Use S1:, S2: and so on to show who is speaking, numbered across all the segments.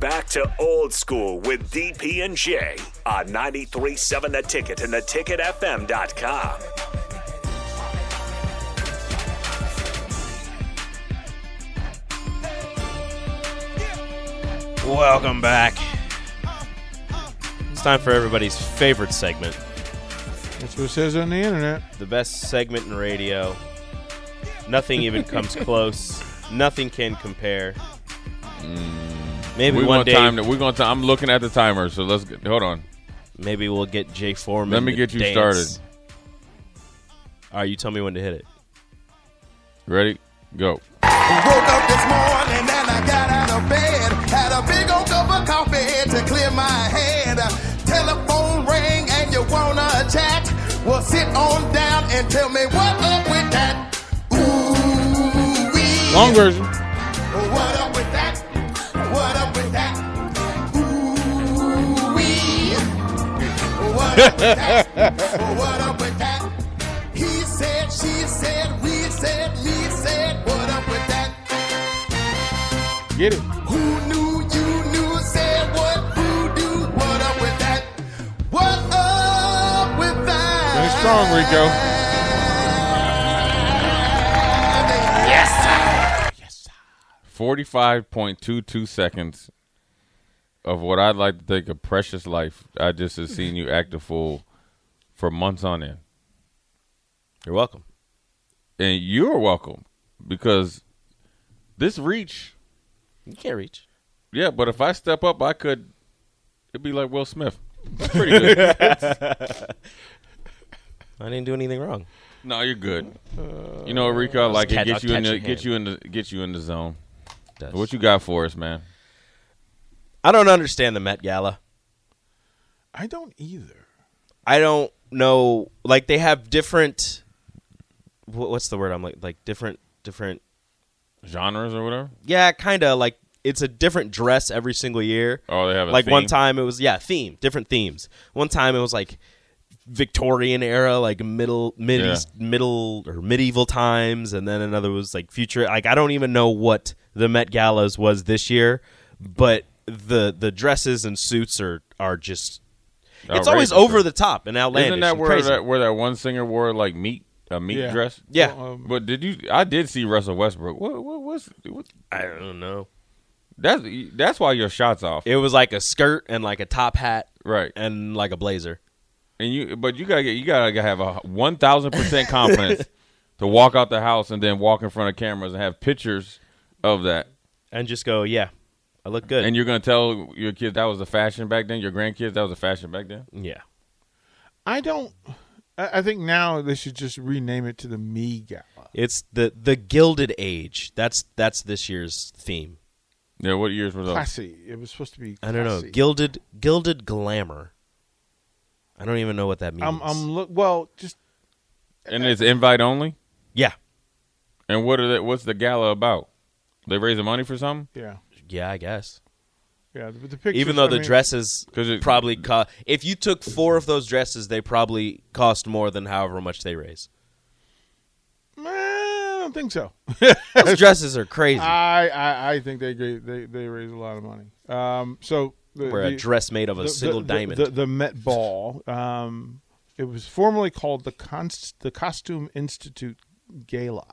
S1: Back to old school with DP and J on 93.7 The Ticket and theticketfm.com.
S2: Welcome back. It's time for everybody's favorite segment,
S3: That's what it says on the internet.
S2: the best segment in radio. Nothing even comes close. Nothing can compare. Maybe
S4: Mm. We
S2: one
S4: want
S2: day,
S4: time. To, we going to. I'm looking at the timer, so let's get, hold on.
S2: maybe we'll get Jay Foreman.
S4: Let me
S2: to
S4: get you
S2: dance.
S4: started.
S2: All right, you tell me when to hit it.
S4: Ready? Go.
S5: Woke up this morning and I got out of bed. Had a big old cup of coffee to clear my head. Telephone rang and you wanna chat? Well, sit on down and tell me what up with that. Ooh, wee.
S3: Long version.
S5: What up with that? What up with that? Ooh, wee. What up with that? What up with that? He said, she said, we said, me said, what up with that?
S3: Get it.
S5: Who knew you knew said what who do what up with that? What up with that?
S3: Very strong, Rico.
S4: Forty-five point two two seconds of what I'd like to think a precious life. I just have seen you act a fool for months on end,
S2: You're welcome.
S4: and you're welcome because this reach.
S2: You can't reach.
S4: Yeah, but if I step up, I could. It'd be like Will Smith. That's pretty good.
S2: I didn't do anything wrong.
S4: no, you're good. You know, Rico, I like
S2: catch-
S4: it.
S2: I'll
S4: Get you in
S2: catch
S4: the
S2: your
S4: get
S2: hand.
S4: you in the get you in the zone.
S2: That's-
S4: What you got for us, man?
S2: I don't understand the Met Gala.
S3: I don't either.
S2: I don't know. Like they have different. wh- What's the word? I'm like like different different
S4: Genres or whatever?
S2: Yeah, kind of like it's a different dress every single year.
S4: Oh, they have a
S2: like one
S4: theme?
S2: time it was yeah theme different themes. One time it was like Victorian era, like middle mid
S4: Yeah.
S2: East- middle or medieval times, and then another was like future. Like I don't even know what the Met Galas was this year, but the the dresses and suits are are just it's always
S4: Outrageous,
S2: over
S4: right?
S2: the top and outlandish.
S4: Isn't that
S2: and
S4: where
S2: crazy.
S4: that where that one singer wore like meat a meat
S3: Yeah.
S4: dress?
S2: Yeah.
S3: Well, um,
S4: But did you? I did see Russell Westbrook. What? What? What's? What,
S2: I don't know.
S4: that's that's why your shots off,
S2: It was like a skirt and like a top hat
S4: right?
S2: and like a blazer.
S4: And you, but you gotta get you gotta have a one thousand percent confidence to walk out the house and then walk in front of cameras and have pictures of that.
S2: and just go, yeah, I look good.
S4: And you're gonna tell your kids that was the fashion back then. Your grandkids that was the fashion back then.
S2: yeah,
S3: I don't. I I think now they should just rename it to the Me Gala.
S2: it's the the Gilded Age. That's that's this year's theme.
S4: Yeah. What years were those?
S3: Classy. It was supposed to be.
S2: Oh. I don't know,
S3: classy.
S2: gilded gilded glamour. I don't even know what that means.
S3: I'm. I'm. Look. Well, just
S4: And it's invite only.
S2: yeah,
S4: And what are that? What's the gala about? They raising money for something?
S3: yeah.
S2: yeah, I guess.
S3: Yeah. The, the pictures,
S2: Even though
S3: I
S2: the
S3: mean,
S2: dresses
S4: 'Cause it-
S2: probably cost, if you took four of those dresses, they probably cost more than however much they raise.
S3: Eh, I don't think so.
S2: Those dresses are crazy.
S3: I, I. I think they agree- they they raise a lot of money. Um. So the,
S2: Where a
S3: the-
S2: dress made of a
S3: the-
S2: single
S3: the,
S2: diamond.
S3: The, the, the Met Ball. Um. It was formerly called the Const, the Costume Institute Gala.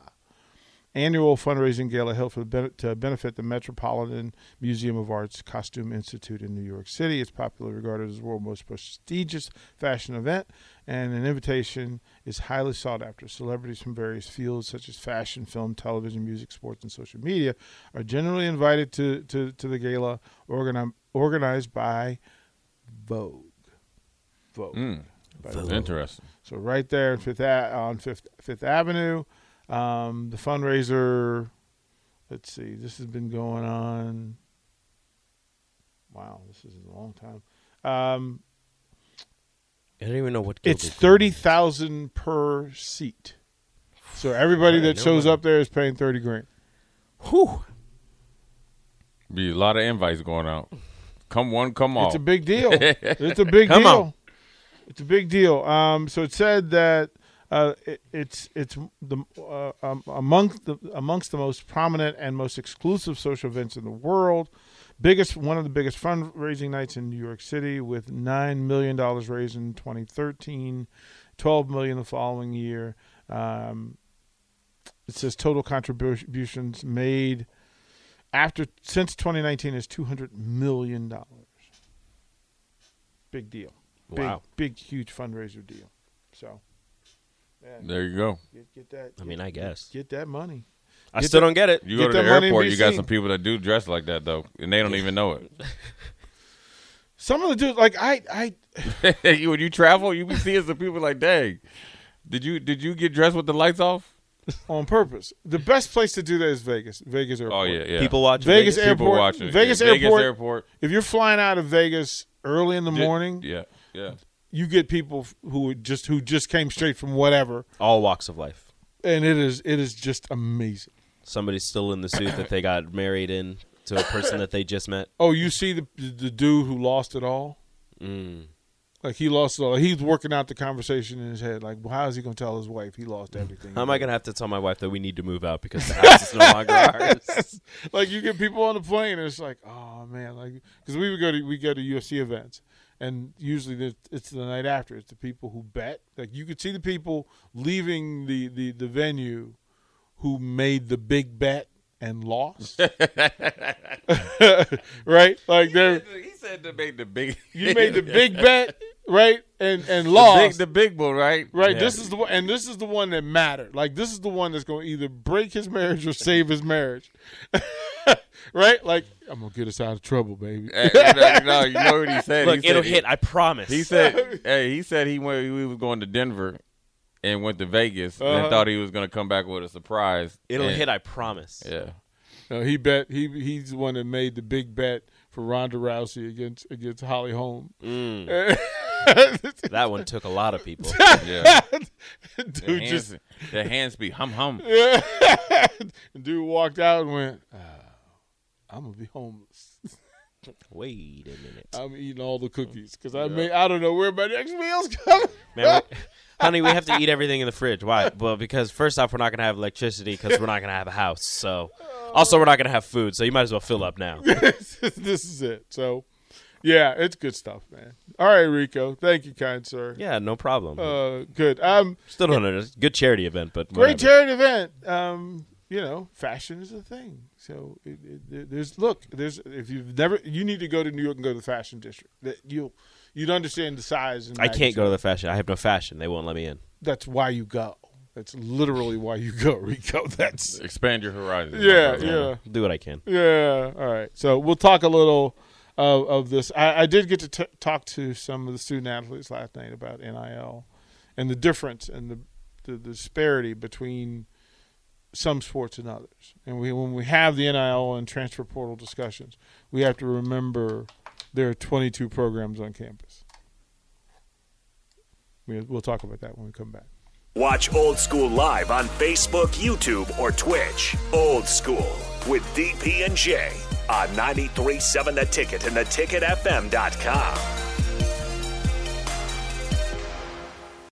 S3: annual fundraising gala held for the ben- to benefit the Metropolitan Museum of Art's Costume Institute in New York City. It's popularly regarded as the world's most prestigious fashion event, and an invitation is highly sought after. Celebrities from various fields, such as fashion, film, television, music, sports, and social media, are generally invited to, to, to the gala organi- organized by Vogue. Vogue. By Vogue.
S4: Interesting.
S3: So right there in Fifth A- on Fifth Fifth Avenue, um, the fundraiser. Let's see, this has been going on. Wow, this is a long time. Um,
S2: I don't even know what gilded
S3: it's thirty thousand per seat. So everybody
S2: Alright,
S3: that shows
S2: nobody-
S3: up there is paying thirty grand.
S2: Whew.
S4: Be a lot of invites going out. Come one, come all.
S3: It's a big deal. it's a big
S2: Come
S3: deal.
S2: on.
S3: It's a big deal. Um, so it said that uh, it, it's it's the uh, um, among the amongst the most prominent and most exclusive social events in the world. biggest one of the biggest fundraising nights in New York City with nine million dollars raised in 2013, 12 million the following year. Um, it says total contributions made after since 2019 is 200 million dollars. Big deal.
S2: Wow.
S3: Big, big huge fundraiser deal. So yeah,
S4: There you go.
S3: get, get that.
S2: I mean, I guess.
S3: Get that money.
S2: I
S3: Get
S2: still
S3: the-
S2: don't get it.
S4: You
S3: Get
S4: go to
S3: that
S4: the
S3: money in
S4: airport, you got
S3: DC.
S4: some people that do dress like that though, and they don't even know it.
S3: Some of the dudes like I I
S4: you, when you travel, you be seeing some people like, "Dang, did you did you get dressed with the lights off?"
S3: on purpose. The best place to do that is Vegas. Vegas airport.
S4: Oh yeah, yeah.
S2: People watch
S3: Vegas
S4: people
S3: airport.
S4: watching.
S3: Vegas,
S4: yeah.
S3: airport.
S4: Vegas airport.
S3: If you're flying out of Vegas early in the morning,
S4: Yeah, yeah.
S3: you get people f- who would just who just came straight from whatever,
S2: all walks of life.
S3: and it is it is just amazing.
S2: Somebody's still in the suit that they got married in to a person that they just met.
S3: Oh, you see the the dude who lost it all.
S2: Mm.
S3: Like he lost it all. He's working out the conversation in his head. Like, well, how is he going to tell his wife he lost everything?
S2: How am I going to have to tell my wife that we need to move out because the house is no longer ours?
S3: like you get people on the plane and it's like oh man like because we would go to we go to ufc events and usually the, it's the night after it's the people who bet like you could see the people leaving the the, the venue who made the big bet and lost right like they're
S4: He said to make the big.
S3: you made the big bet right and and lost
S4: the big bull, right?
S3: Right, this is the one, and this is the one that mattered. Like this is the one that's going to either break his marriage or save his marriage. right, like I'm gonna get us out of trouble, baby.
S4: Hey, you, know, you know- you know what he said.
S2: Look,
S4: he
S2: it'll
S4: said,
S2: hit. I promise.
S4: He said, "Hey, he said he went. He was going to Denver, and went to Vegas, and thought he was going to come back with a surprise.
S2: it'll
S4: and-
S2: hit. I promise.
S4: Yeah,
S3: No, he bet he he's the one that made the big bet for Ronda Rousey against against Holly Holm.
S2: That one took a lot of people.
S4: yeah. The
S3: dude
S4: hands,
S3: just
S4: the hands be hum hum.
S3: dude walked out and went, oh, "I'm gonna be homeless.
S2: Wait a minute,
S3: I'm eating all the cookies because I may I don't know where my next meal's coming."
S2: Man, we- honey. We have to eat everything in the fridge. Why? Well, because first off, we're not going to have electricity because we're not going to have a house. So, also, we're not going to have food. So you might as well fill up now.
S3: this is it. So, yeah, it's good stuff, man. All right, Rico. Thank you, kind sir.
S2: Yeah, no problem.
S3: Uh, good. Um,
S2: Still don't know. Good charity event, but great.
S3: great charity event. Um, you know, fashion is a thing. So it, it, there's look, there's if you've never, you need to go to New York and go to the fashion district. That you you'd understand the size. And
S2: I can't
S3: magnitude.
S2: go to the fashion. I have no fashion. They won't let me in.
S3: That's why you go. That's literally why you go, Rico. That's
S4: Expand your horizon.
S3: yeah, yeah.
S2: Do what I can.
S3: Yeah. All right. So we'll talk a little of, of this. I, I did get to t- talk to some of the student athletes last night about NIL and the difference and the, the disparity between some sports and others. And we, when we have the NIL and transfer portal discussions, we have to remember there are 22 programs on campus. We, we'll talk about that when we come back.
S1: Watch Old School live on Facebook, YouTube, or Twitch. Old School with DP and J on 937 The Ticket and theticketfm.com.